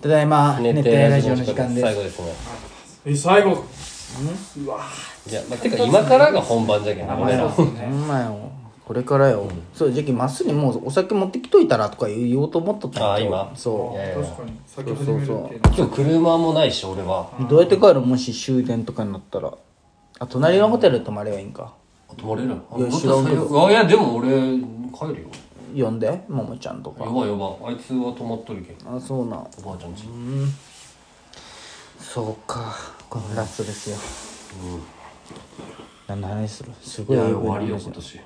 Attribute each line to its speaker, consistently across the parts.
Speaker 1: ただいま
Speaker 2: 寝
Speaker 1: 寝
Speaker 2: て
Speaker 1: て
Speaker 2: ラ
Speaker 1: ラ
Speaker 2: ジ
Speaker 1: ジ
Speaker 2: オ
Speaker 1: オ
Speaker 2: の
Speaker 1: の
Speaker 2: 時
Speaker 1: 時
Speaker 2: 間
Speaker 1: 間
Speaker 2: で
Speaker 1: ですす
Speaker 2: 最後ですね
Speaker 3: え最後うわ
Speaker 2: いや、まあ、てか今からが本番じゃけん
Speaker 3: あ
Speaker 2: 俺ら
Speaker 3: そうです
Speaker 1: ほ
Speaker 3: ね
Speaker 1: んまよこれからよ、そうじゃきまっすぐもうお酒持ってきといたらとか言おうと思っとったんや
Speaker 2: あー今
Speaker 1: そ
Speaker 2: いやいや
Speaker 3: 確かに先始めるっていうのは
Speaker 1: そうそう
Speaker 2: 今日車もないし俺は
Speaker 1: うどうやって帰るもし終電とかになったらあ隣のホテル泊まればいいんか
Speaker 2: 泊まれるのあ
Speaker 1: いや知らんけど
Speaker 2: また最悪あいやでも俺帰るよ
Speaker 1: 呼んでももちゃんと
Speaker 2: や
Speaker 1: か
Speaker 2: ばいやばいあいつは泊まっとるけん
Speaker 1: あそうなん
Speaker 2: おばあちゃんち
Speaker 1: そうかこのラストですよ、何の話するす
Speaker 2: い
Speaker 1: ごいエ
Speaker 2: や終
Speaker 1: グい
Speaker 2: わりよ
Speaker 1: 話
Speaker 2: 今年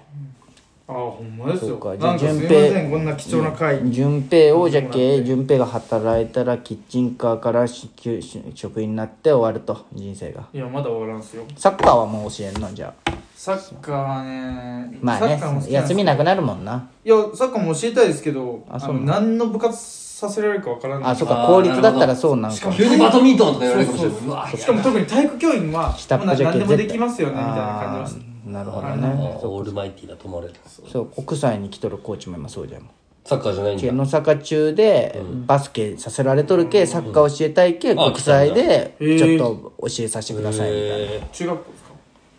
Speaker 3: あほんまです
Speaker 1: そ
Speaker 3: よ
Speaker 1: うか
Speaker 3: なん
Speaker 1: じゃあ
Speaker 3: かすい
Speaker 1: 順
Speaker 3: ま
Speaker 1: 平
Speaker 3: せんこんな貴重な回
Speaker 1: 順平をじゃけ順平が働いたらキッチンカーからしきし職員になって終わると人生が
Speaker 3: いやまだ終わらんすよ
Speaker 1: サッカーはもう教えんのじゃあ
Speaker 3: サッカーはね
Speaker 1: まあ
Speaker 3: サッカーも好き
Speaker 1: ね
Speaker 3: なんです
Speaker 1: 休みなくなるもんない
Speaker 3: やサッカーも教えたいですけど
Speaker 1: あ
Speaker 3: あ
Speaker 1: そう
Speaker 3: の何の部活させられるかわからない
Speaker 1: あそっか
Speaker 2: あー
Speaker 1: 効率だったらそうなん
Speaker 3: しか
Speaker 1: か
Speaker 3: も
Speaker 2: 急にバドミントンとか言われるかもしれな
Speaker 3: そう
Speaker 2: いうわ
Speaker 3: しかも特に体育教員は
Speaker 1: 下っ
Speaker 3: もう
Speaker 1: 端じゃけ
Speaker 3: 何
Speaker 1: ん
Speaker 3: でもできますよねみたいな感
Speaker 1: あ
Speaker 3: じです
Speaker 1: ーなるほど
Speaker 2: あ
Speaker 1: ね
Speaker 2: オールマイティーだ泊まれる
Speaker 1: そう国際に来とるコーチも今そうじゃん
Speaker 2: サッカーじゃないんだ
Speaker 1: け野坂中でバスケさせられとるけ、サッカー教えたいけ、
Speaker 2: ん
Speaker 1: 国際で
Speaker 3: あ来たん
Speaker 1: ち
Speaker 3: だ
Speaker 1: ょっと教えさせてくださいみたいな、
Speaker 2: へ
Speaker 3: 中学校ですか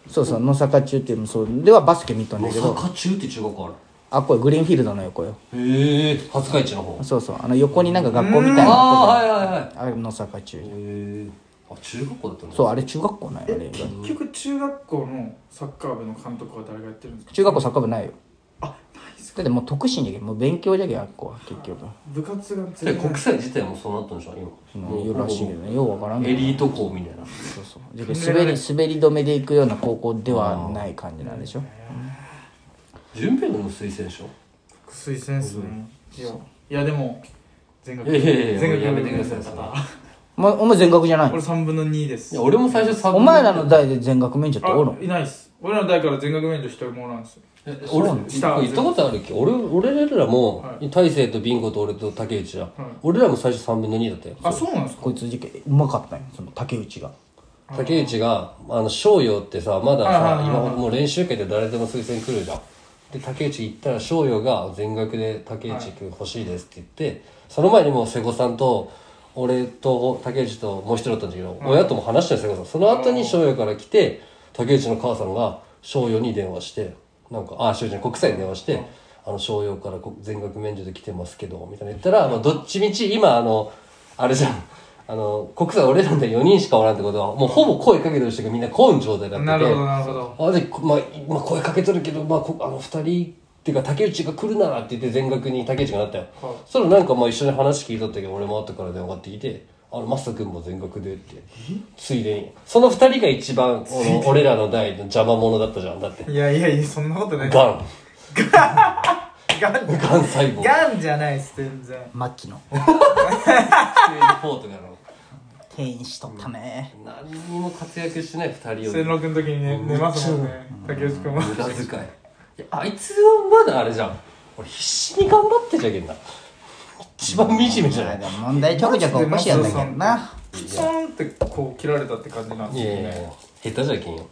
Speaker 1: そうそう野坂中っていうのもそうではバスケ見と
Speaker 2: ー
Speaker 1: んだけ
Speaker 2: 野
Speaker 1: ど
Speaker 2: 坂中って中学校
Speaker 1: あこれグリーンフィールドの横よ
Speaker 2: あるへえ廿日市の方
Speaker 1: そうそうあの横になんか学校みたいなのあっ
Speaker 2: ああはいはいは
Speaker 1: てたあれ野坂中
Speaker 2: いへえあ中学校だったんだ
Speaker 1: そうあれ中学校なんやあれ
Speaker 3: 結局中学校のサッカー部の監督は誰がやってるんですか
Speaker 1: 中学校サッカー部ないよ
Speaker 3: あないです
Speaker 1: だってもう特進じゃけんもう勉強じゃけんあっこは結局
Speaker 3: 部活が
Speaker 2: で
Speaker 3: 全然
Speaker 2: 国際自体もそうなったんでしょ
Speaker 1: う
Speaker 2: 今
Speaker 1: ん
Speaker 2: も
Speaker 1: いうらしいけどねようわからんけ
Speaker 2: エ
Speaker 1: ど
Speaker 2: リート校みたいな
Speaker 1: そうそうじゃけん滑り滑り止めで行くような高校ではない感じなんでしょ
Speaker 2: 順平の推薦でしょ
Speaker 3: 推薦ですねいやいやでも全額
Speaker 2: いやいやいや
Speaker 3: 全額
Speaker 2: やめてくださいそれ
Speaker 3: 方
Speaker 1: お前お前全額じゃないの
Speaker 3: 俺3分の2です
Speaker 2: いや俺も最初サブ
Speaker 1: お前らの代で全額免除っておる
Speaker 3: あいないっす俺らの代から全額免除してるものなんですよ
Speaker 2: え俺
Speaker 3: 下は
Speaker 2: 言ったことあるっけ俺俺らも
Speaker 3: は
Speaker 2: 大勢とビンゴと俺と竹内じゃん
Speaker 3: はい
Speaker 2: 俺らも最初3分の2だったよ
Speaker 3: あそうなんですか
Speaker 1: こいつ事件うまかったんよその竹内が
Speaker 2: 竹内があの翔陽ってさまだ
Speaker 3: あ
Speaker 2: さ
Speaker 3: あ
Speaker 2: 今もう練習会で誰でも推薦来るじゃんで竹内行ったら翔陽が全額で竹内君欲しいですって言ってその前にもう瀬古さんと俺と竹内ともう一人だったんだけど親とも話したよ瀬古さんその後に翔陽から来て竹内の母さんが翔陽に電話してなんかあ翔陽じゃない国際に電話してあの商用からこ全額免除で来てますけどみたいな言ったら、まあ、どっちみち今あのあれじゃんあの国際俺らで4人しかおらんってことはもうほぼ声かけてる人がみんな来ん状態だった
Speaker 3: なるほどなるほど
Speaker 2: あで、こまあ、今声かけとるけど、まあ、こあの2人っていうか竹内が来るならって言って全額に竹内がなったよ、
Speaker 3: はい
Speaker 2: そしたらなんかまあ一緒に話聞いとったけど俺も後から電話かかってきて「あのマスタ君も全額で」ってついでにその2人が一番この俺らの代の邪魔者だったじゃんだって
Speaker 3: いやいやいやそんなことない
Speaker 2: ガン
Speaker 3: ガン
Speaker 2: ガン細胞
Speaker 3: ガンじゃないです全然
Speaker 1: 末期 の
Speaker 2: 急にフォートがの
Speaker 1: 転移しとったね
Speaker 2: 何にも活躍してない2人を
Speaker 3: 戦
Speaker 2: 無
Speaker 3: 六の時にね寝ますもんね竹内君は
Speaker 2: 駄遣いいやあいつはまだあれじゃん俺必死に頑張ってじゃけんな一番惨めじゃない
Speaker 1: でも問題ちょこちょこ起こしやんだけどな
Speaker 3: プツンってこう切られたって感じなんで
Speaker 2: い
Speaker 3: すよ
Speaker 2: やい
Speaker 3: ね
Speaker 2: やいや下手じゃけんよ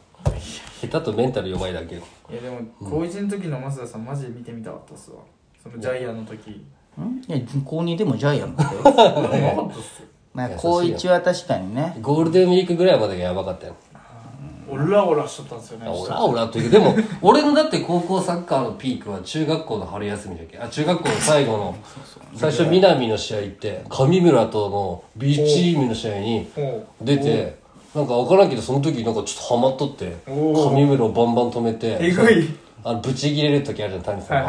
Speaker 2: 下手とメンタル弱いだけよ
Speaker 3: いやでも高1の時の増田さんマジで見てみたかったっすわそのジャイアンの時
Speaker 1: んいや高2でもジャイアント だよ
Speaker 3: うまかったっすよ
Speaker 1: まあ高1は確かにね
Speaker 2: ゴールデンウィークぐらいまでがやばかったよ
Speaker 3: オラオラしとったんですよね
Speaker 2: オラオラというけどでも 俺のだって高校サッカーのピークは中学校の春休みだっけあ中学校の最後の最初南の試合行って上村との B チームの試合に
Speaker 3: も
Speaker 2: 出てなんか分からんけどその時なんかちょっとハマっとって
Speaker 3: おー
Speaker 2: 上村をバンバン止め
Speaker 3: うえ
Speaker 2: て
Speaker 3: ぐい
Speaker 2: あのブチ切れる時あるじゃん谷さん
Speaker 3: はい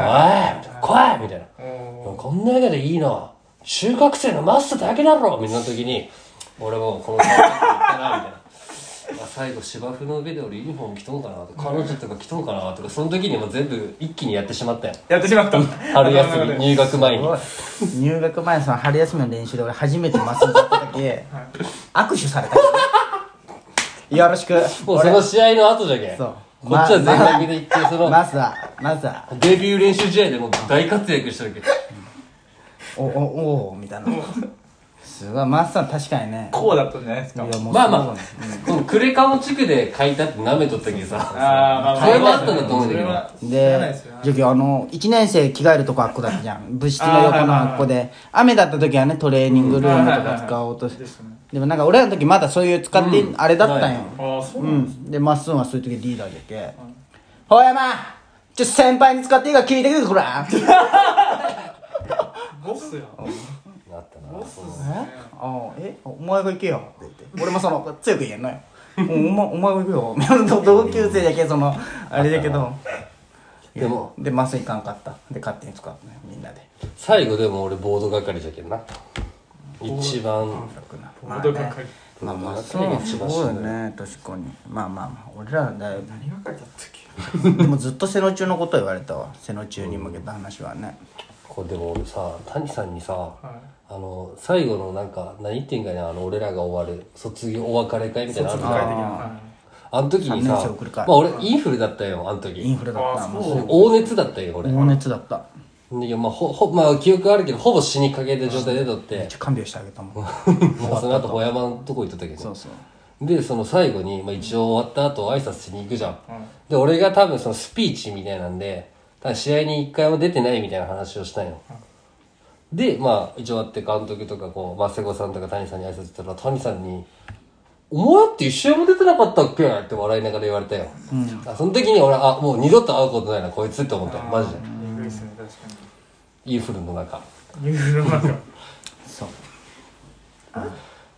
Speaker 2: が「おい!」みたいな「来い!」みたいな
Speaker 3: お
Speaker 2: もうこんな中でいいのは中学生のマスターだけだろみたいな時に俺もうこの最後に行ったなみたいな。 まあ最後芝生の上で俺ユニフォーム着とんかなとか彼女とか着とんかなとかその時にも全部一気にやってしまったよ
Speaker 3: やってしまった
Speaker 2: 春休み入学前に
Speaker 1: 入学前のその春休みの練習で俺初めてマスにだった だけ握手されたからねよろしく
Speaker 2: もうその試合の後じゃけん
Speaker 1: そう
Speaker 2: こっちは全力で行ってそ
Speaker 1: マ
Speaker 2: の
Speaker 1: スはマスは
Speaker 2: デビュー練習試合でもう大活躍してるけど
Speaker 1: おおおおみたいなすごいマッサン確かにね
Speaker 3: こうだったんじゃないですか
Speaker 1: いやもう
Speaker 2: まあま
Speaker 1: そう
Speaker 2: あ
Speaker 1: だね、
Speaker 2: このクレカの地区で書いたって舐めとったけどさ。
Speaker 3: あーまあまあ
Speaker 2: それもあったんだと思うんだけど
Speaker 3: それは知らない
Speaker 1: で
Speaker 3: ですよ、
Speaker 1: じゃああの、1年生着替えるとこあっこだったじゃん。部室の横のあっこで。雨だった時はね、トレーニングルームとか使おうとして
Speaker 3: で。すね
Speaker 1: でもなんか俺らの時まだそういう使って、あれだったんよ。
Speaker 3: ああそう
Speaker 1: う
Speaker 3: なんだ
Speaker 1: ん。で、まっすんはそういう時リーダーでて。ほやまちょ、先輩に使っていいから聞いてくれこら
Speaker 3: ボスや
Speaker 2: なったな。
Speaker 3: ボスっす
Speaker 1: え
Speaker 3: ね
Speaker 1: あえお前が行けよって言って俺もその強く言えんのようんお前お前が行けよ 同級生だけそのあれだけど
Speaker 2: でも
Speaker 1: で麻酔いかんかったで勝手に使ったのよみんなで
Speaker 2: 最後でも俺ボード係じゃけんな。一番。
Speaker 3: ボードが書い
Speaker 1: まあまあそ
Speaker 2: それ
Speaker 1: う
Speaker 2: が
Speaker 1: もす
Speaker 2: 一番
Speaker 1: ご
Speaker 2: し
Speaker 1: い
Speaker 2: んどい
Speaker 1: ね確かにまあまあまあ俺らはだいぶ
Speaker 3: 何が書いてあったっ
Speaker 1: で
Speaker 3: け
Speaker 1: もずっと瀬野中のこと言われたわ瀬野中に向けた話はね
Speaker 2: これでも俺さ、谷さんにさ、
Speaker 3: は
Speaker 2: あの、最後のなんか、何言ってんかね、あの、俺らが終わる、卒業お別れ会みたいなのあるじゃん
Speaker 1: あ
Speaker 3: 書
Speaker 1: ー
Speaker 3: いてきな
Speaker 2: あの時に
Speaker 1: 三年
Speaker 2: さ
Speaker 1: 生送る、
Speaker 2: ま
Speaker 1: 会
Speaker 2: あ俺インフルだったよ、あの
Speaker 1: イン
Speaker 2: 時。
Speaker 1: フレだった
Speaker 3: あ
Speaker 1: も
Speaker 3: そうう
Speaker 2: 大熱だったよ、俺。
Speaker 1: 高熱だった
Speaker 2: いや、まあ、ほ、ほ、まあ、記憶あるけど、ほぼ死にかけて状態でとっ
Speaker 1: めってち、ゃ看病してあげたもん
Speaker 2: まあ、その後、ほやまのとこ行っとったけ
Speaker 1: そう
Speaker 2: ど。
Speaker 1: そう
Speaker 2: で、その最後に、まあ、一応終わった後、挨拶しに行くじゃん。
Speaker 3: い
Speaker 2: で、俺が多分そのスピーチみたいなんで、多分試合に一回も出てないみたいな話をしたんよ。で、まあ、一応あって監督とか、こう、まあ、瀬古さんとか谷さんに挨拶したら、谷さんに、お前って一試合も出てなかったっけって笑いながら言われたよ。あその時に俺、あ、もう二度と会うことないな、こいつって思ったよ。マジで。
Speaker 3: えぐいっすね確か
Speaker 2: インフルの中。
Speaker 3: にニューの中
Speaker 1: そう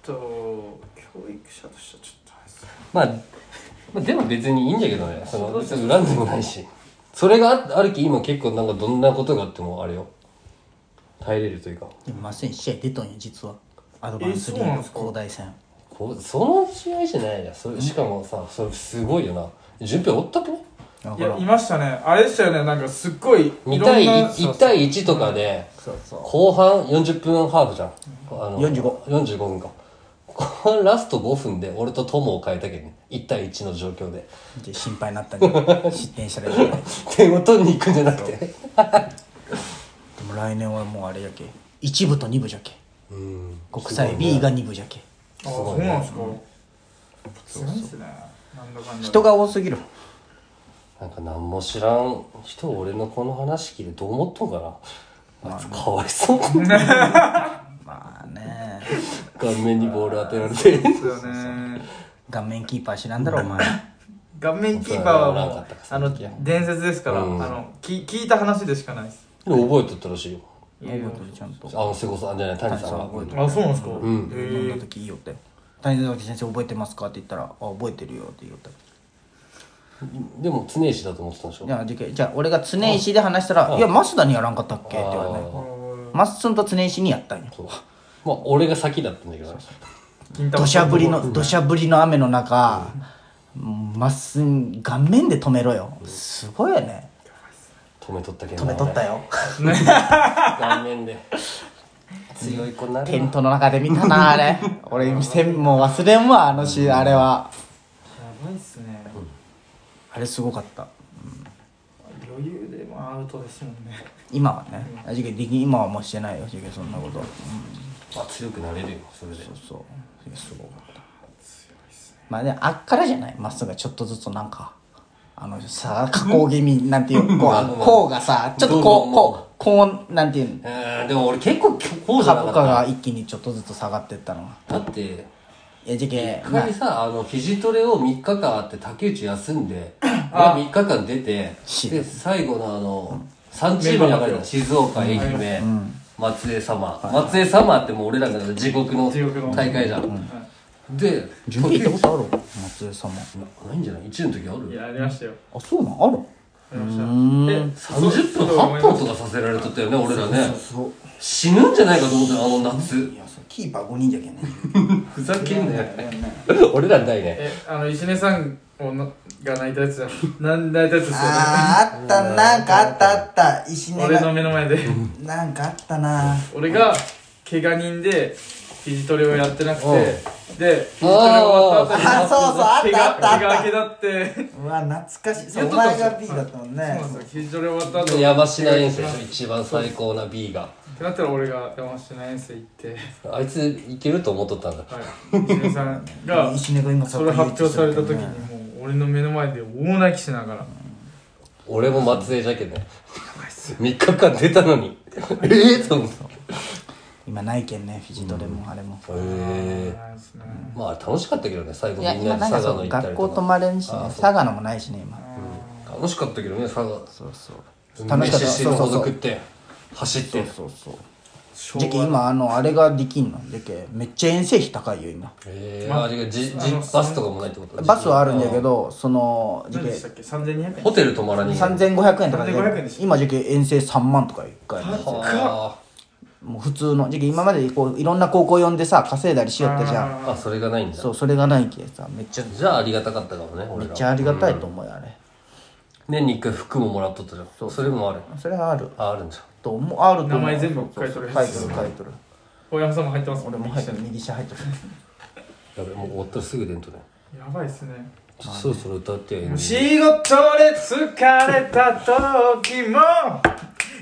Speaker 3: と教育者としてはちょっとあれっすね
Speaker 2: まあ、まあ、でも別にいいんだけどね。その、別に恨んでもないし。それがああるき、今結構なんかどんなことがあっても、あれよ。耐えれるというか。
Speaker 1: でも麻酔試合出とんよ実はアドバンス
Speaker 3: え
Speaker 1: リ
Speaker 3: そうな
Speaker 1: ー
Speaker 3: んで
Speaker 1: グ
Speaker 3: すか
Speaker 1: 広大戦
Speaker 2: こうその試合じゃないじゃんそれしかもさそれすごいよな順平おったくね
Speaker 1: だ
Speaker 3: い
Speaker 1: か
Speaker 3: や
Speaker 1: ら
Speaker 3: いましたねあれでしたよねなんかすっごいい
Speaker 2: 2
Speaker 3: ろん
Speaker 2: 対
Speaker 3: な
Speaker 2: 1, 1対1とかで
Speaker 1: そうそ
Speaker 2: 後半40分ハーフじゃんあの
Speaker 1: 45
Speaker 2: 45分か後半 ラスト5分で俺と友を変えたけんね1対1の状況で
Speaker 1: うで心配になったんで失点したらいけない
Speaker 2: 点を取りに行くんじゃなくて
Speaker 1: でも来年はもうあれやけ一部と二部じゃけ
Speaker 2: うん
Speaker 1: 国際 B が二部じゃけ
Speaker 3: あそうなんですか強いっすねなんだかんだ
Speaker 1: 人が多すぎる
Speaker 2: なんか何も知らん人俺のこの話聞いてどう思っとんかなあいつかわいそう
Speaker 1: まあね
Speaker 2: 顔面にボール当てられ て
Speaker 3: ですよね
Speaker 1: 顔面キーパー知らんだろお前
Speaker 3: 顔面キーパーは
Speaker 2: そう
Speaker 3: も
Speaker 2: だ
Speaker 3: う
Speaker 2: ね
Speaker 3: あの伝説ですから、
Speaker 2: うん
Speaker 3: あのき聞いた話でしかないです
Speaker 2: でも覚えとったらしいよ
Speaker 1: 覚えてるちゃんと
Speaker 2: あの瀬古さんじゃない谷さん
Speaker 1: 谷
Speaker 2: が
Speaker 1: さん覚えてる
Speaker 3: あそうなんですか、
Speaker 2: ん
Speaker 1: 飲んだ
Speaker 3: へ
Speaker 1: 時いいよって谷崎先生覚えてますかって言ったら「あ覚えてるよ」って言った
Speaker 2: でも常石だと思ってたんでしょ
Speaker 1: いやじゃあじゃあ俺が常石で話したら「いや増田にやらんかったっけ?」って言われて
Speaker 2: あ
Speaker 1: まっすんと常石にやったんよ
Speaker 2: ーそうまあ俺が先だったんだけどね
Speaker 3: ー金玉
Speaker 1: 土砂降りの土砂降りの雨の中まっすん顔面で止めろよすごいよね
Speaker 2: 止めとったけど
Speaker 1: 止めとったよ
Speaker 2: 顔面で強い子になる
Speaker 1: テ
Speaker 2: な
Speaker 1: ントの中で見たなあ れ俺せんもう忘れんわあのシーンあれは
Speaker 3: やばいっすね、
Speaker 1: あれすごかった
Speaker 3: 余裕でもアウトですもんね
Speaker 1: 今はねあじけでき今はもうしてないよじけそんなこと、うん、
Speaker 2: まあ強くなれるよそれで
Speaker 1: そうそうすごかったまあねあっからじゃないまっすぐがちょっとずつなんかあのさ加工気味なんていうこうあのこうがさちょっとこうこうこうなんていうの
Speaker 2: えーでも俺結構こうじゃな
Speaker 1: 株価
Speaker 2: か
Speaker 1: が
Speaker 2: っ
Speaker 1: 一気にちょっとずつ下がってったのが
Speaker 2: ただって
Speaker 1: いやじけ
Speaker 2: 一
Speaker 1: まあ
Speaker 2: 回さあのフィジトレを3日間あって竹内休んでまあ3日間出て
Speaker 1: し
Speaker 2: で最後のあの3チームに上がれた静岡愛媛、松江様、松江様ってもう俺らの地獄の
Speaker 3: 地獄の
Speaker 2: 大会じゃん、で
Speaker 1: 準備行ったことある松江様
Speaker 2: なないんじゃない ?1 の時あ
Speaker 3: い
Speaker 2: る
Speaker 3: やありましたよ
Speaker 1: あそうなんある
Speaker 3: ありましたえ
Speaker 2: ?30 分8本とかさせられとったよね、俺らね。
Speaker 1: そう
Speaker 2: 死ぬんじゃないかと思ったよ、あの夏
Speaker 1: い。やそれキーパー5人じゃけんね
Speaker 2: ふざけんなよ。
Speaker 1: やんね
Speaker 2: 俺らないね。
Speaker 3: えあの石根さんをのが泣いたやつじゃん なん泣いたやつですよ ね
Speaker 1: あーあったなんかあったあった石根
Speaker 3: 俺の
Speaker 1: が
Speaker 3: 目の前で
Speaker 1: なんかあったな
Speaker 3: 俺が怪我人で肘トレをやってなくて
Speaker 2: うん
Speaker 3: で肘トレ終わった後に
Speaker 1: あーそうそうあっ
Speaker 3: 怪
Speaker 1: たあったあ
Speaker 3: 我
Speaker 1: っ
Speaker 3: 怪
Speaker 1: た
Speaker 3: 我明けだって
Speaker 1: うわ懐かしいそう
Speaker 3: 言
Speaker 1: お
Speaker 3: っと
Speaker 1: 前
Speaker 3: ったでし
Speaker 1: が
Speaker 3: ょ
Speaker 1: B だったもん
Speaker 3: そう
Speaker 1: ね
Speaker 3: なんですよ肘トレ終わった後
Speaker 2: 山下遠征でしょ
Speaker 3: っ
Speaker 2: 一番最高な B が
Speaker 3: てなったら俺が山下遠征行って
Speaker 2: あいついけると思っとったんだ
Speaker 3: はい泉さんが
Speaker 1: 石根が今
Speaker 3: それ発表された時
Speaker 1: 言って
Speaker 3: にもう俺の目の前で大泣きしながら
Speaker 2: 俺も松江じゃけん ね3日間出たのにええと思ったへ
Speaker 1: 今ないけんねフィジトレもあれも、
Speaker 2: え
Speaker 3: ないですね
Speaker 2: まあ楽しかったけどね最後
Speaker 1: いや
Speaker 2: みんなで
Speaker 1: 今なんか
Speaker 2: 佐賀
Speaker 1: そ
Speaker 2: の
Speaker 1: う
Speaker 2: 行った
Speaker 1: 学
Speaker 2: り
Speaker 1: 校
Speaker 2: と
Speaker 1: 泊
Speaker 2: か
Speaker 1: まれんしね
Speaker 2: あーそう
Speaker 1: 佐賀のもないしね今
Speaker 2: 楽しかったけどね佐賀
Speaker 1: そうそう楽し
Speaker 2: 飯
Speaker 1: かった
Speaker 2: し
Speaker 1: そう
Speaker 2: の
Speaker 1: そ
Speaker 2: ほ
Speaker 1: う
Speaker 2: ど
Speaker 1: そ
Speaker 2: 食っ
Speaker 1: う
Speaker 2: て走って
Speaker 1: そうそう
Speaker 3: 昭
Speaker 1: じゃけ今あのあれができんのじゃけめっちゃ遠征費高いよ今
Speaker 2: ええ
Speaker 3: ま
Speaker 2: まあじゃあじじ
Speaker 3: あの
Speaker 2: バスとかもないってこと
Speaker 1: バスはあるんだけどそのじゃ
Speaker 3: 何
Speaker 1: け
Speaker 3: でしたっけ3200円
Speaker 2: ホテル泊まらに
Speaker 1: 3500円とかで
Speaker 3: 3500円でしょ
Speaker 1: 今じゃけ遠征3万とか1回のやつ
Speaker 2: は
Speaker 1: もう普通のじゃけ今までこういろんな高校呼んでさ稼いだりしよったじゃん
Speaker 2: ああそれがないんだ
Speaker 1: そうそれがないけさめっちゃ
Speaker 2: じゃあありがたかったかもね
Speaker 1: め
Speaker 2: 俺
Speaker 1: っ
Speaker 2: ら
Speaker 1: ちゃありがたいと思うよあれ
Speaker 2: 年に1回服ももらっとったじゃんそれもある
Speaker 1: それはある
Speaker 2: ああるんじゃん
Speaker 1: と思うあると思う
Speaker 3: 名前全部書いとるやつ
Speaker 1: 書いとる書いとる
Speaker 3: 大山さんも入ってます
Speaker 1: 俺も入ってる右下入ってる
Speaker 2: やべもう終わったらすぐ出んとね
Speaker 3: やばいっすね
Speaker 2: ちょっとそろそろ歌って
Speaker 3: もう仕事で疲れた時も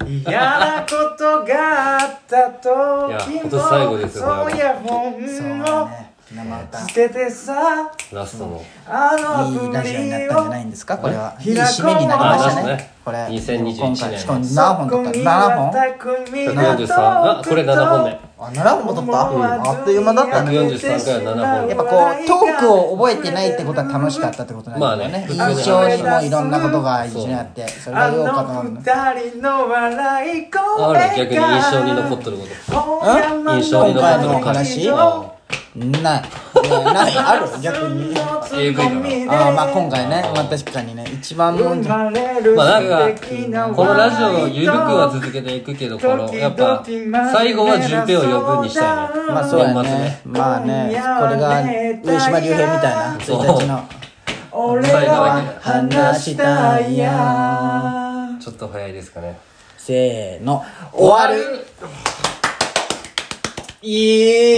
Speaker 3: 嫌なことがあった
Speaker 2: いや
Speaker 3: 時
Speaker 2: 今
Speaker 3: も
Speaker 2: 年最後ですよ
Speaker 3: そういや本
Speaker 1: そう
Speaker 3: を
Speaker 1: ね生歌
Speaker 3: 捨ててさ
Speaker 2: ラストの
Speaker 3: あの
Speaker 1: いい
Speaker 3: ア
Speaker 1: ラ
Speaker 3: プ
Speaker 1: ジオになっ
Speaker 3: リ
Speaker 1: たんじゃな
Speaker 3: を
Speaker 1: いんですかこれは。いい
Speaker 3: 開こう
Speaker 1: 締めになりました
Speaker 2: あ
Speaker 1: ね。これ。
Speaker 2: そうですね2021
Speaker 1: 今回
Speaker 2: 年
Speaker 1: しかも何本取った ?7 本
Speaker 3: は匠の
Speaker 2: 143あこれ7本目
Speaker 1: あ、7本取った、あっという間だったね。
Speaker 2: 143から7本
Speaker 1: やっぱこう、トークを覚えてないってことは楽しかったってことなんだよね。
Speaker 2: まあね
Speaker 1: 印象にもいろんなことが一緒にあって、それが
Speaker 3: あ
Speaker 1: ようかと
Speaker 3: の
Speaker 1: 思うの。
Speaker 3: 二人の笑い声が
Speaker 2: ある逆に印象に残ってるこ印象に残ってる
Speaker 1: 今回の話
Speaker 2: と
Speaker 1: ない。いやない、ある逆に。
Speaker 2: AV か
Speaker 1: あーまあ今回ね、まあ確かにね、一番のんじゃ
Speaker 2: まあなんかこのラジオゆるくは続けていくけどこのやっぱ最後は順平を呼ぶにしたいね
Speaker 1: まあそうや
Speaker 2: 年末
Speaker 1: ね。まあね、これが上島竜兵みたいな、
Speaker 2: そう
Speaker 1: 1日の。
Speaker 3: 俺らは話したいや
Speaker 2: ちょっと早いですかね
Speaker 1: せーの、終わるいい